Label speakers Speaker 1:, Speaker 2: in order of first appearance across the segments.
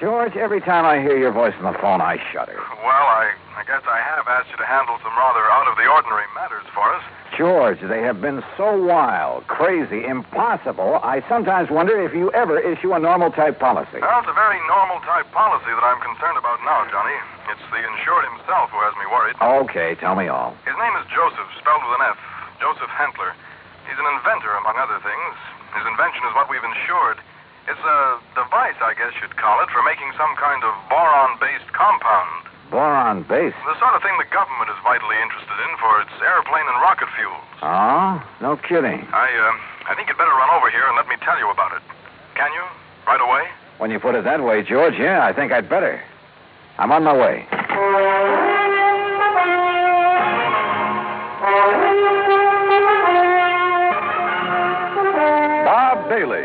Speaker 1: George, every time I hear your voice on the phone, I shudder.
Speaker 2: Well, I, I guess I have asked you to handle some rather out of the ordinary matters for us.
Speaker 1: George, they have been so wild, crazy, impossible, I sometimes wonder if you ever issue a normal type policy.
Speaker 2: Well, it's a very normal type policy that I'm concerned about now, Johnny. It's the insured himself who has me worried.
Speaker 1: Okay, tell me all.
Speaker 2: His name is Joseph, spelled with an F. Joseph Hentler. He's an inventor, among other things. His invention is what we've insured. It's a device, I guess you'd call it, for making some kind of boron based compound.
Speaker 1: Boron base.
Speaker 2: The sort of thing the government is vitally interested in for its airplane and rocket fuels.
Speaker 1: Oh? No kidding.
Speaker 2: I, uh, I think you'd better run over here and let me tell you about it. Can you? Right away?
Speaker 1: When you put it that way, George, yeah, I think I'd better. I'm on my way.
Speaker 3: Bob Bailey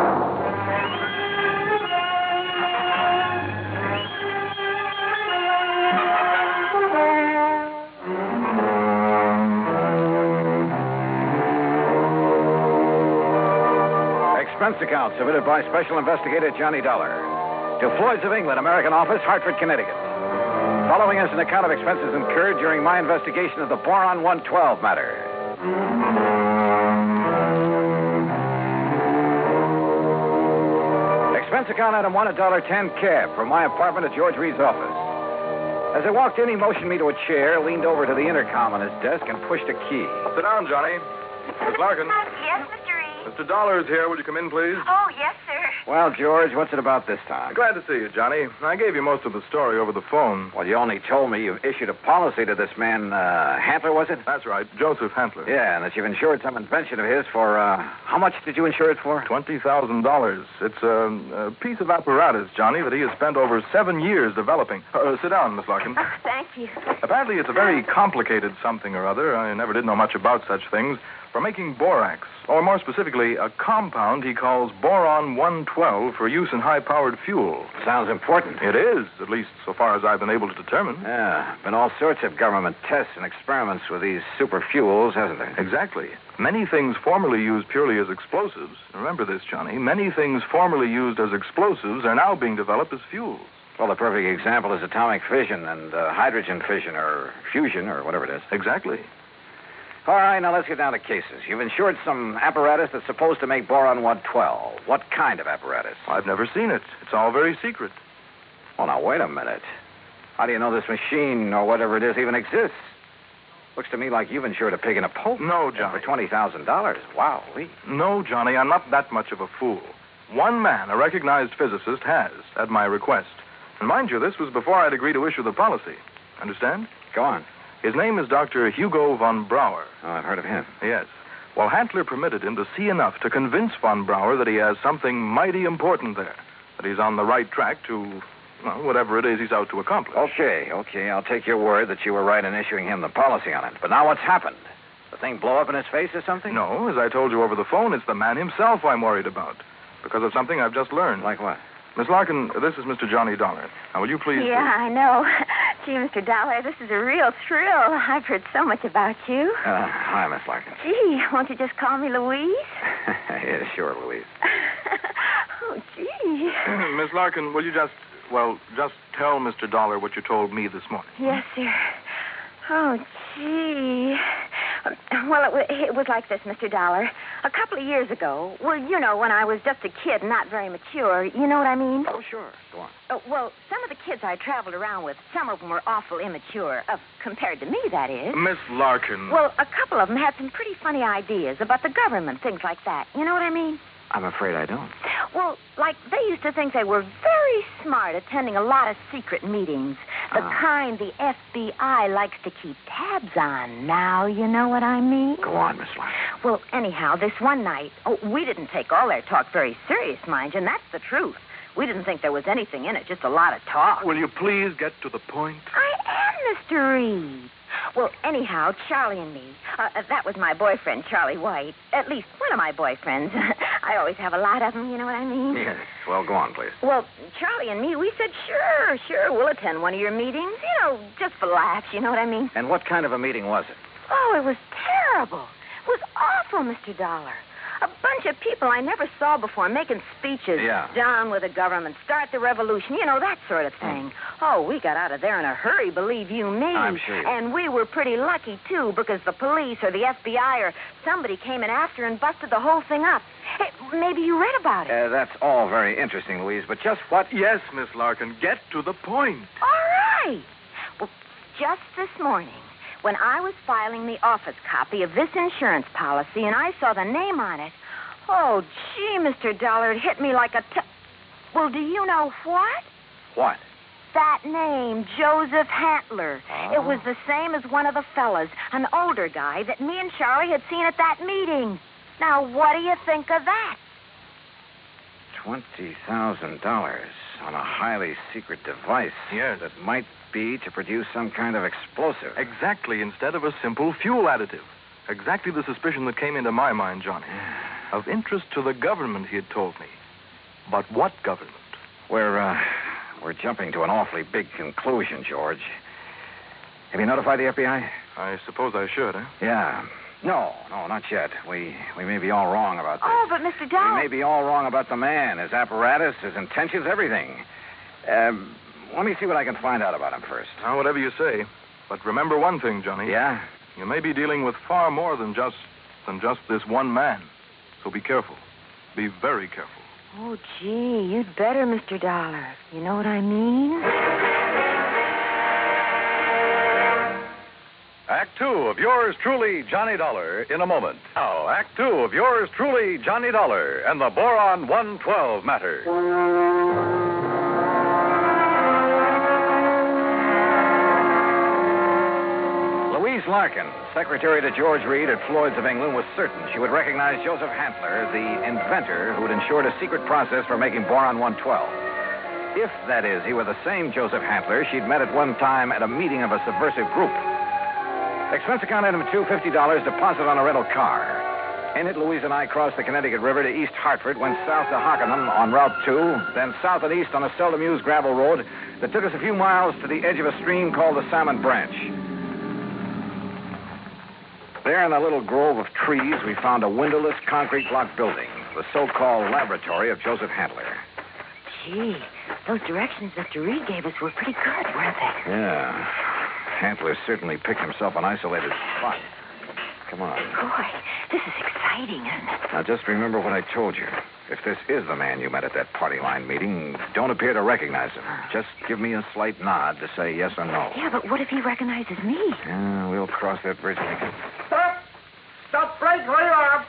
Speaker 1: Expense account submitted by Special Investigator Johnny Dollar to Floyd's of England, American Office, Hartford, Connecticut. Following is an account of expenses incurred during my investigation of the Boron 112 matter. Expense account item one, a dollar ten cab from my apartment to George Reed's office. As I walked in, he motioned me to a chair, leaned over to the intercom on his desk, and pushed a key.
Speaker 2: Sit down, Johnny. Miss Larkin.
Speaker 4: Yes, Mr. Reed.
Speaker 2: Mr. Dollar is here. Will you come in, please?
Speaker 4: Oh, yes, sir.
Speaker 1: Well, George, what's it about this time?
Speaker 2: Glad to see you, Johnny. I gave you most of the story over the phone.
Speaker 1: Well, you only told me you've issued a policy to this man, uh, Hantler, was it?
Speaker 2: That's right, Joseph Hantler.
Speaker 1: Yeah, and that you've insured some invention of his for, uh, how much did you insure it for?
Speaker 2: Twenty thousand dollars. It's um, a piece of apparatus, Johnny, that he has spent over seven years developing. Uh, sit down, Miss Larkin.
Speaker 4: Oh, thank you.
Speaker 2: Apparently, it's a very complicated something or other. I never did know much about such things. For making borax, or more specifically, a compound he calls boron 112 for use in high powered fuel.
Speaker 1: Sounds important.
Speaker 2: It is, at least so far as I've been able to determine.
Speaker 1: Yeah, been all sorts of government tests and experiments with these super fuels, hasn't there?
Speaker 2: Exactly. Many things formerly used purely as explosives, remember this, Johnny, many things formerly used as explosives are now being developed as fuels.
Speaker 1: Well, the perfect example is atomic fission and uh, hydrogen fission or fusion or whatever it is.
Speaker 2: Exactly.
Speaker 1: All right, now let's get down to cases. You've insured some apparatus that's supposed to make boron 112. What kind of apparatus?
Speaker 2: I've never seen it. It's all very secret.
Speaker 1: Oh, now, wait a minute. How do you know this machine or whatever it is even exists? Looks to me like you've insured a pig in a poke.
Speaker 2: No,
Speaker 1: Yeah, For
Speaker 2: Johnny.
Speaker 1: $20,000. Wow.
Speaker 2: No, Johnny, I'm not that much of a fool. One man, a recognized physicist, has, at my request. And mind you, this was before I'd agreed to issue the policy. Understand?
Speaker 1: Go on.
Speaker 2: His name is Dr. Hugo von Brauer.
Speaker 1: Oh, I've heard of him.
Speaker 2: Yes. Well, Hantler permitted him to see enough to convince von Brauer that he has something mighty important there, that he's on the right track to, well, whatever it is he's out to accomplish.
Speaker 1: Okay, okay. I'll take your word that you were right in issuing him the policy on it. But now what's happened? The thing blow up in his face or something?
Speaker 2: No, as I told you over the phone, it's the man himself I'm worried about because of something I've just learned.
Speaker 1: Like what?
Speaker 2: Miss Larkin, this is Mr. Johnny Dollar. Now, will you please?
Speaker 4: Yeah, I know. Gee, Mr. Dollar, this is a real thrill. I've heard so much about you.
Speaker 1: Uh, hi, Miss Larkin.
Speaker 4: Gee, won't you just call me Louise?
Speaker 1: yeah, sure, Louise.
Speaker 4: oh, gee.
Speaker 2: Miss Larkin, will you just, well, just tell Mr. Dollar what you told me this morning?
Speaker 4: Yes, sir. Oh, gee. Well, it, wa- it was like this, Mr. Dollar. A couple of years ago, well, you know, when I was just a kid, not very mature, you know what I mean?
Speaker 1: Oh, sure. Go on.
Speaker 4: Uh, well, some of the kids I traveled around with, some of them were awful immature, uh, compared to me, that is.
Speaker 2: Miss Larkin.
Speaker 4: Well, a couple of them had some pretty funny ideas about the government, things like that. You know what I mean?
Speaker 1: I'm afraid I don't.
Speaker 4: Well, like, they used to think they were very smart attending a lot of secret meetings. The kind the FBI likes to keep tabs on. Now, you know what I mean?
Speaker 1: Go on, Miss Lyon.
Speaker 4: Well, anyhow, this one night, oh, we didn't take all their talk very serious, mind you, and that's the truth. We didn't think there was anything in it, just a lot of talk.
Speaker 5: Will you please get to the point?
Speaker 4: I am Mr. Reed. Well, anyhow, Charlie and me. Uh, uh, that was my boyfriend, Charlie White. At least one of my boyfriends. I always have a lot of them, you know what I mean?
Speaker 1: Yes. Well, go on, please.
Speaker 4: Well, Charlie and me, we said, sure, sure, we'll attend one of your meetings. You know, just for laughs, you know what I mean?
Speaker 1: And what kind of a meeting was it?
Speaker 4: Oh, it was terrible. It was awful, Mr. Dollar. A bunch of people I never saw before making speeches.
Speaker 1: Yeah.
Speaker 4: Down with the government, start the revolution, you know, that sort of thing. Oh, we got out of there in a hurry, believe you me.
Speaker 1: Mm. I'm sure you-
Speaker 4: And we were pretty lucky, too, because the police or the FBI or somebody came in after and busted the whole thing up. Hey, maybe you read about it.
Speaker 1: Uh, that's all very interesting, Louise, but just what.
Speaker 5: Yes, Miss Larkin, get to the point.
Speaker 4: All right. Well, just this morning, when I was filing the office copy of this insurance policy and I saw the name on it, oh, gee, Mr. Dollar, it hit me like a. T- well, do you know what?
Speaker 1: What?
Speaker 4: That name, Joseph Hantler. It was the same as one of the fellas, an older guy that me and Charlie had seen at that meeting. Now, what do you think of that?
Speaker 1: $20,000 on a highly secret device.
Speaker 5: Yes.
Speaker 1: That might be to produce some kind of explosive.
Speaker 5: Exactly, instead of a simple fuel additive. Exactly the suspicion that came into my mind, Johnny. Of interest to the government, he had told me. But what government?
Speaker 1: We're, uh, we're jumping to an awfully big conclusion, George. Have you notified the FBI?
Speaker 5: I suppose I should, huh?
Speaker 1: Yeah. No, no, not yet. We we may be all wrong about this.
Speaker 4: Oh, but Mr. Dollar.
Speaker 1: We may be all wrong about the man, his apparatus, his intentions, everything. Um, let me see what I can find out about him first.
Speaker 5: Now, whatever you say. But remember one thing, Johnny.
Speaker 1: Yeah?
Speaker 5: You may be dealing with far more than just than just this one man. So be careful. Be very careful.
Speaker 4: Oh, gee, you'd better, Mr. Dollar. You know what I mean?
Speaker 3: Act two of yours truly, Johnny Dollar, in a moment. Now, Act two of yours truly, Johnny Dollar, and the Boron 112 matter.
Speaker 1: Louise Larkin, secretary to George Reed at Floyd's of England, was certain she would recognize Joseph Hantler, the inventor who'd ensured a secret process for making boron 112. If, that is, he were the same Joseph Hantler she'd met at one time at a meeting of a subversive group. Expense account item two, fifty dollars deposit on a rental car. In it, Louise and I crossed the Connecticut River to East Hartford, went south to Hockenham on Route 2, then south and east on a seldom used gravel road that took us a few miles to the edge of a stream called the Salmon Branch. There in a little grove of trees, we found a windowless concrete block building, the so called laboratory of Joseph Handler.
Speaker 4: Gee, those directions Mr. Reed gave us were pretty good, weren't they?
Speaker 1: Yeah. Handler certainly picked himself an isolated spot. Come on.
Speaker 4: Boy, this is exciting, isn't it?
Speaker 1: Now just remember what I told you. If this is the man you met at that party line meeting, don't appear to recognize him. Just give me a slight nod to say yes or no.
Speaker 4: Yeah, but what if he recognizes me?
Speaker 1: Yeah, we'll cross that bridge when we come.
Speaker 6: Stop! Stop right where you are!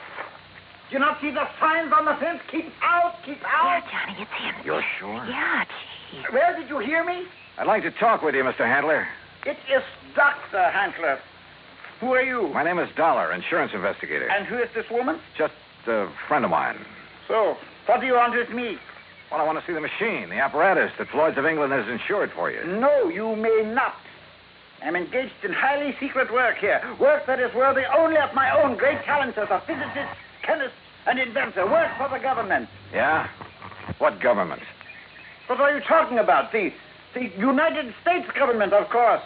Speaker 6: Do you not see the signs on the fence? Keep out! Keep
Speaker 4: Yeah,
Speaker 6: out!
Speaker 4: Johnny, it's him.
Speaker 1: You're sure?
Speaker 4: Yeah, gee.
Speaker 6: Where did you hear me?
Speaker 1: I'd like to talk with you, Mr. Handler.
Speaker 6: It is Dr. Hantler. Who are you?
Speaker 1: My name is Dollar, insurance investigator.
Speaker 6: And who is this woman?
Speaker 1: Just a friend of mine.
Speaker 6: So, what do you want with me?
Speaker 1: Well, I want to see the machine, the apparatus that Floyd's of England has insured for you.
Speaker 6: No, you may not. I'm engaged in highly secret work here. Work that is worthy only of my own great talents as a physicist, chemist, and inventor. Work for the government.
Speaker 1: Yeah? What government?
Speaker 6: What are you talking about? The, the United States government, of course.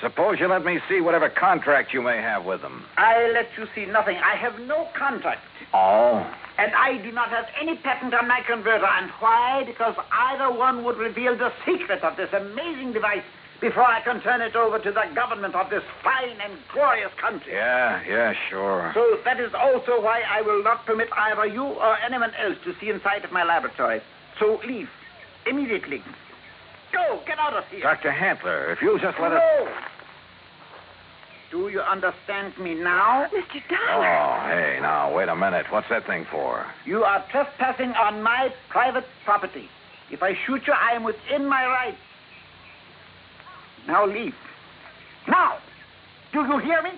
Speaker 1: Suppose you let me see whatever contract you may have with them.
Speaker 6: I let you see nothing. I have no contract.
Speaker 1: Oh?
Speaker 6: And I do not have any patent on my converter. And why? Because either one would reveal the secret of this amazing device before I can turn it over to the government of this fine and glorious country.
Speaker 1: Yeah, yeah, sure.
Speaker 6: So that is also why I will not permit either you or anyone else to see inside of my laboratory. So leave. Immediately. Go, get out of here.
Speaker 1: Dr. Hantler, if you'll just let us.
Speaker 6: no. Do you understand me now?
Speaker 4: Mr. Dollar.
Speaker 1: Oh, hey, now, wait a minute. What's that thing for?
Speaker 6: You are trespassing on my private property. If I shoot you, I am within my rights. Now leave. Now! Do you hear me?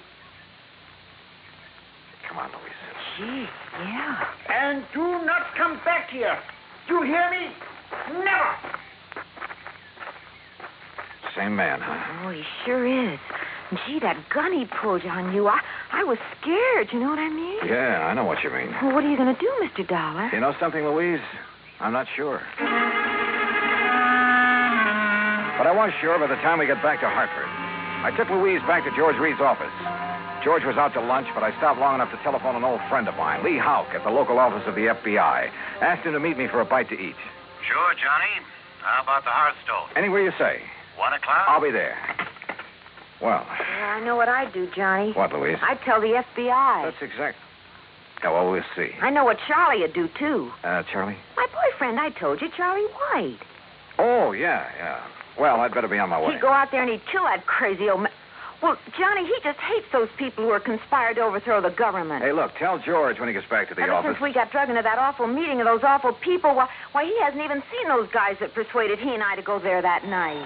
Speaker 1: Come on, Louise.
Speaker 4: Gee, yeah.
Speaker 6: And do not come back here. Do you hear me? Never!
Speaker 1: Same man, huh?
Speaker 4: Oh, he sure is. Gee, that gun he pulled on you, I, I was scared. You know what I mean?
Speaker 1: Yeah, I know what you mean.
Speaker 4: Well, what are you going to do, Mr. Dollar?
Speaker 1: You know something, Louise? I'm not sure. But I was sure by the time we got back to Hartford. I took Louise back to George Reed's office. George was out to lunch, but I stopped long enough to telephone an old friend of mine, Lee Hauk, at the local office of the FBI. Asked him to meet me for a bite to eat.
Speaker 7: Sure, Johnny. How about the Hearthstone?
Speaker 1: Anywhere you say.
Speaker 7: One o'clock?
Speaker 1: I'll be there. Well,
Speaker 4: Yeah, I know what I'd do, Johnny.
Speaker 1: what, Louise?
Speaker 4: I'd tell the FBI.
Speaker 1: That's exact. Yeah, well, we'll see.
Speaker 4: I know what Charlie would do, too.
Speaker 1: Uh, Charlie?
Speaker 4: My boyfriend, I told you, Charlie White.
Speaker 1: Oh, yeah, yeah. Well, I'd better be on my way.
Speaker 4: He'd go out there and he'd kill that crazy old man. Well, Johnny, he just hates those people who are conspired to overthrow the government.
Speaker 1: Hey, look, tell George when he gets back to the
Speaker 4: Ever
Speaker 1: office.
Speaker 4: since we got drugged into that awful meeting of those awful people, why, why, he hasn't even seen those guys that persuaded he and I to go there that night.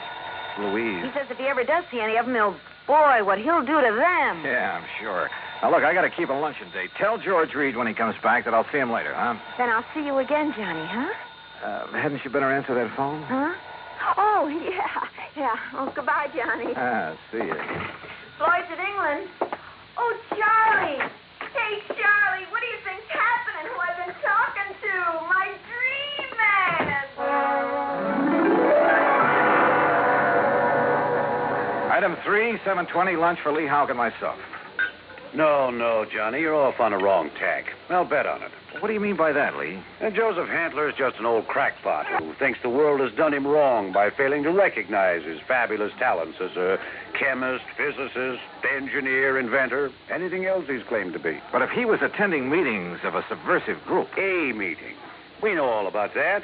Speaker 4: He
Speaker 1: Louise.
Speaker 4: says if he ever does see any of them, he'll, boy, what he'll do to them.
Speaker 1: Yeah, I'm sure. Now, look, I got to keep a luncheon date. Tell George Reed when he comes back that I'll see him later, huh?
Speaker 4: Then I'll see you again, Johnny, huh?
Speaker 1: Uh, hadn't you better answer that phone?
Speaker 4: Huh? Oh, yeah, yeah. Oh, goodbye, Johnny.
Speaker 1: Ah, see you.
Speaker 4: Floyd's at England. Oh, Charlie. Hey, Charlie, what do you think's happening? Who I've been talking to? My dream man.
Speaker 1: Item three, 720, lunch for Lee Houck and myself.
Speaker 7: No, no, Johnny. You're off on the wrong tack. I'll bet on it.
Speaker 1: What do you mean by that, Lee?
Speaker 7: And Joseph Handler is just an old crackpot who thinks the world has done him wrong by failing to recognize his fabulous talents as a chemist, physicist, engineer, inventor, anything else he's claimed to be.
Speaker 1: But if he was attending meetings of a subversive group.
Speaker 7: A meeting. We know all about that.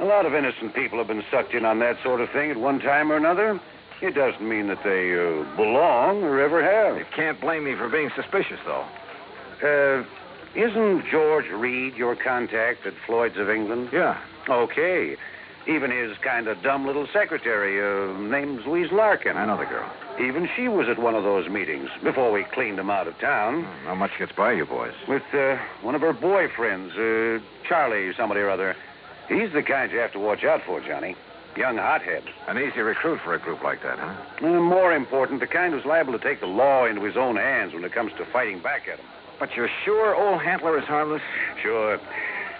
Speaker 7: A lot of innocent people have been sucked in on that sort of thing at one time or another. It doesn't mean that they uh, belong or ever have.
Speaker 1: You can't blame me for being suspicious, though.
Speaker 7: Uh, isn't George Reed your contact at Floyd's of England?
Speaker 1: Yeah.
Speaker 7: Okay. Even his kind of dumb little secretary, uh, name's Louise Larkin.
Speaker 1: I know the girl.
Speaker 7: Even she was at one of those meetings before we cleaned him out of town
Speaker 1: How Hmm, much gets by you boys?
Speaker 7: with uh, one of her boyfriends, uh, Charlie, somebody or other. He's the kind you have to watch out for, Johnny. Young hothead.
Speaker 1: An easy recruit for a group like that, huh?
Speaker 7: And more important, the kind who's liable to take the law into his own hands when it comes to fighting back at him.
Speaker 1: But you're sure old Hantler is harmless?
Speaker 7: Sure.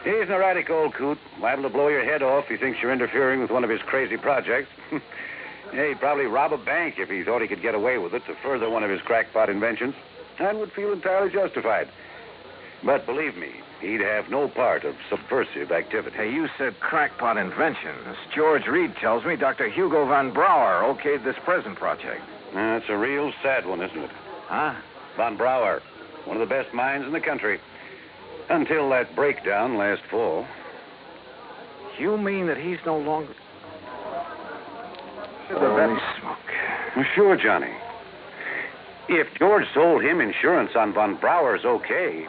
Speaker 7: He's an erratic old coot, liable to blow your head off if he thinks you're interfering with one of his crazy projects. yeah, he'd probably rob a bank if he thought he could get away with it to further one of his crackpot inventions, and would feel entirely justified. But believe me, he'd have no part of subversive activity.
Speaker 1: Hey, you said crackpot inventions. George Reed tells me Dr. Hugo von Brauer okayed this present project.
Speaker 7: That's a real sad one, isn't it?
Speaker 1: Huh?
Speaker 7: Von Brauer, one of the best minds in the country. Until that breakdown last fall.
Speaker 1: You mean that he's no longer.
Speaker 7: Holy Well, Sure, Johnny. If George sold him insurance on Von Brauer's okay,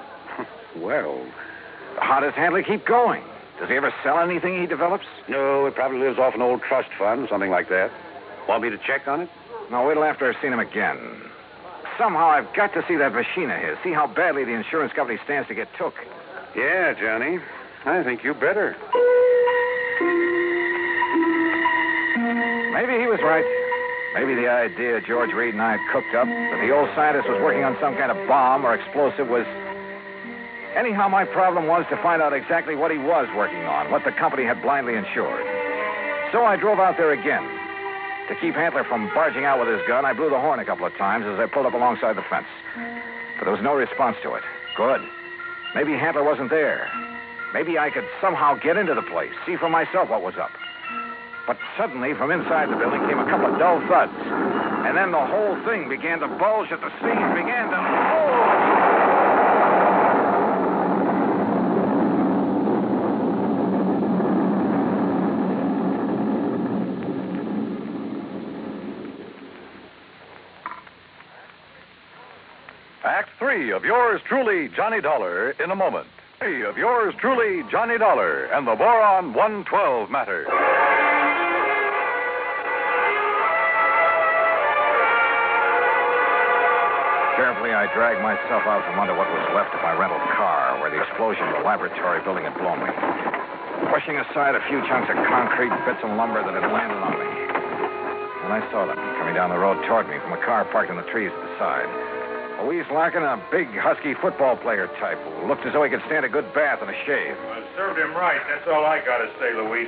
Speaker 7: well,
Speaker 1: How does Handley keep going? Does he ever sell anything he develops?
Speaker 7: no, it probably lives off an old trust fund, something like that. Want me to check on it?
Speaker 1: No, wait till after I've seen him again. Somehow I've got to see that machine of his, see how badly the insurance company stands to get took.
Speaker 7: Yeah, Johnny. I think you better.
Speaker 1: Maybe he was right. Maybe the idea George Reed and I had cooked up that the old scientist was working on some kind of bomb or explosive was. Anyhow, my problem was to find out exactly what he was working on, what the company had blindly insured. So I drove out there again. To keep Hantler from barging out with his gun, I blew the horn a couple of times as I pulled up alongside the fence. But there was no response to it. Good. Maybe Hantler wasn't there. Maybe I could somehow get into the place, see for myself what was up. But suddenly, from inside the building came a couple of dull thuds. And then the whole thing began to bulge at the seams, began to. bulge.
Speaker 2: three of yours truly, Johnny Dollar, in a moment. Three of yours truly, Johnny Dollar, and the Boron 112 matter.
Speaker 1: Carefully, I dragged myself out from under what was left of my rental car, where the explosion of the laboratory building had blown me. Pushing aside a few chunks of concrete, bits and lumber that had landed on me. And I saw them coming down the road toward me from a car parked in the trees at the side. Louise Larkin, a big, husky football player type who looked as though he could stand a good bath and a shave.
Speaker 8: Well, served him right. That's all I got to say, Louise.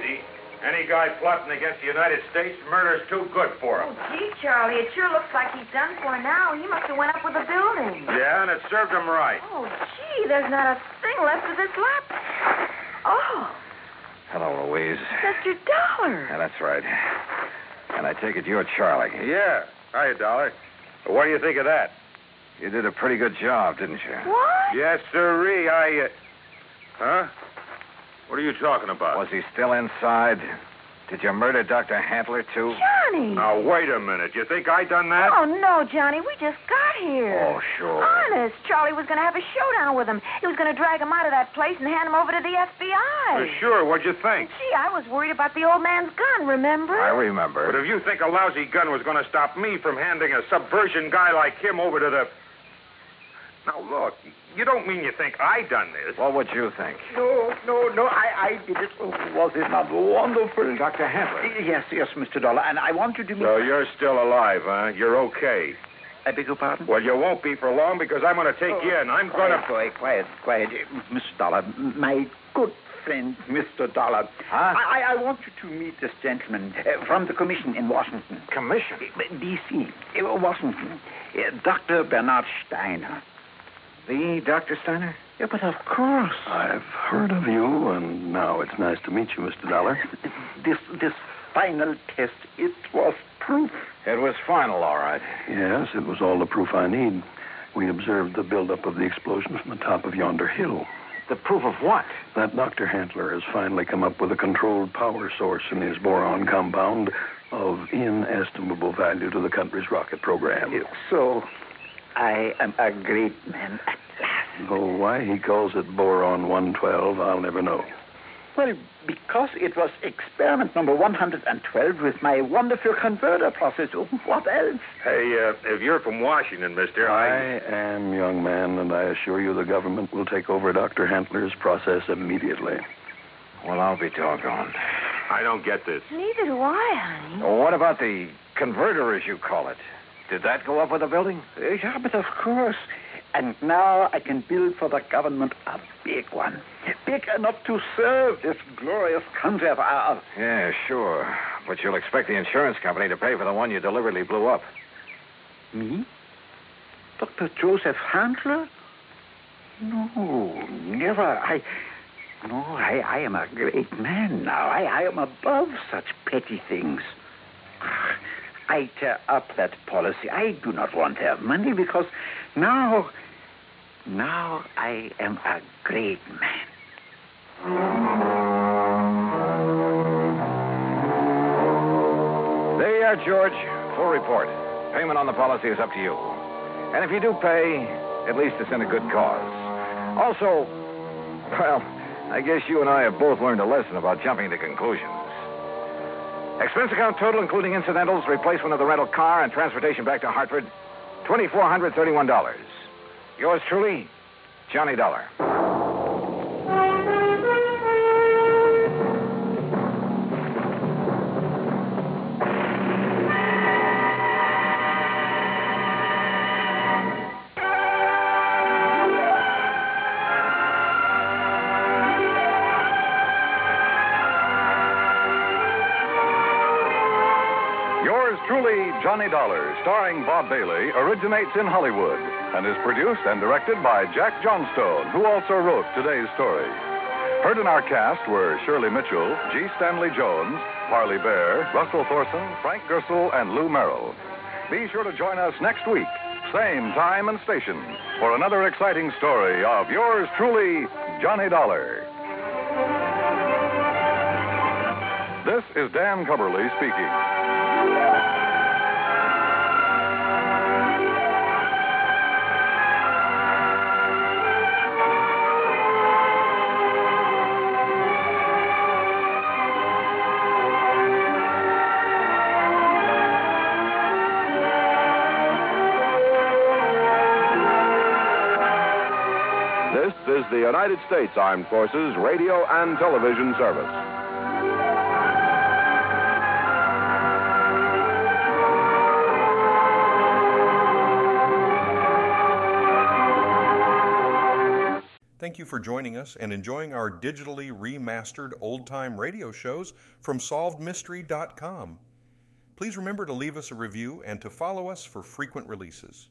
Speaker 8: Any guy plotting against the United States, murder's too good for him.
Speaker 4: Oh, Gee, Charlie, it sure looks like he's done for now. He must have went up with the building.
Speaker 8: Yeah, and it served him right.
Speaker 4: Oh, gee, there's not a thing left of this lap. Oh,
Speaker 1: Hello, Louise.
Speaker 4: Mr. Dollar.
Speaker 1: Yeah, that's right. And I take it you're Charlie.
Speaker 8: Yeah. Hiya, Dollar. What do you think of that?
Speaker 1: You did a pretty good job, didn't you?
Speaker 4: What?
Speaker 8: Yes, sirree. I. Uh... Huh? What are you talking about?
Speaker 1: Was he still inside? Did you murder Dr. Hantler, too?
Speaker 4: Johnny.
Speaker 8: Now, wait a minute. You think I done that?
Speaker 4: Oh, no, Johnny. We just got here.
Speaker 1: Oh, sure.
Speaker 4: Honest, Charlie was going to have a showdown with him. He was going to drag him out of that place and hand him over to the FBI.
Speaker 8: Uh, sure. What'd you think?
Speaker 4: Gee, I was worried about the old man's gun, remember?
Speaker 1: I
Speaker 8: But
Speaker 1: remember.
Speaker 8: if you think a lousy gun was going to stop me from handing a subversion guy like him over to the. Now, look, you don't mean you think I done this.
Speaker 1: What would you think?
Speaker 9: No, no, no, I, I did it. Oh, was it not wonderful?
Speaker 1: Dr. Hantler.
Speaker 9: Yes, yes, Mr. Dollar, and I want you to meet...
Speaker 8: So you're still alive, huh? You're okay.
Speaker 9: I beg your pardon? Oh.
Speaker 8: Well, you won't be for long because I'm going to take you in. I'm going to.
Speaker 9: Quiet, quiet, quiet. Uh, Mr. Dollar, my good friend, Mr. Dollar.
Speaker 1: Huh?
Speaker 9: I, I want you to meet this gentleman uh, from the commission in Washington.
Speaker 1: Commission.
Speaker 9: Uh, D.C., uh, Washington. Uh, Dr. Bernard Steiner.
Speaker 1: The Dr. Steiner?
Speaker 9: Yeah, but of course.
Speaker 7: I've heard of you, and now it's nice to meet you, Mr. Dollar.
Speaker 9: This, this final test, it was proof.
Speaker 1: It was final, all right.
Speaker 7: Yes, it was all the proof I need. We observed the buildup of the explosion from the top of yonder hill.
Speaker 1: The proof of what?
Speaker 7: That Dr. Hantler has finally come up with a controlled power source in his boron compound of inestimable value to the country's rocket program.
Speaker 9: So, I am a great man at last.
Speaker 7: Though why he calls it boron 112, I'll never know.
Speaker 9: Well, because it was experiment number 112 with my wonderful converter process. Oh, What else?
Speaker 8: Hey, uh, if you're from Washington, mister,
Speaker 7: I am, young man, and I assure you the government will take over Dr. Hantler's process immediately.
Speaker 1: Well, I'll be doggone.
Speaker 8: I don't get this.
Speaker 4: Neither do I, honey.
Speaker 1: What about the converter, as you call it? Did that go up with the building?
Speaker 9: Uh, yeah, but of course. And now I can build for the government a big one. Big enough to serve this glorious country of ours.
Speaker 1: Yeah, sure. But you'll expect the insurance company to pay for the one you deliberately blew up.
Speaker 9: Me? Dr. Joseph Handler? No, never. I. No, I, I am a great man now. I, I am above such petty things. I tear up that policy. I do not want their money because now. Now I am a great man.
Speaker 1: There you are, George. Full report. Payment on the policy is up to you. And if you do pay, at least it's in a good cause. Also, well, I guess you and I have both learned a lesson about jumping to conclusions. Expense account total, including incidentals, replacement of the rental car, and transportation back to Hartford, $2,431. Yours truly, Johnny Dollar.
Speaker 2: Yours truly, Johnny Dollar, starring Bob Bailey, originates in Hollywood and is produced and directed by Jack Johnstone, who also wrote today's story. Heard in our cast were Shirley Mitchell, G. Stanley Jones, Parley Bear, Russell Thorson, Frank Gersel, and Lou Merrill. Be sure to join us next week, same time and station, for another exciting story of yours truly, Johnny Dollar. This is Dan Cumberly speaking.
Speaker 7: This is the United States Armed Forces Radio and Television Service.
Speaker 10: Thank you for joining us and enjoying our digitally remastered old time radio shows from SolvedMystery.com. Please remember to leave us a review and to follow us for frequent releases.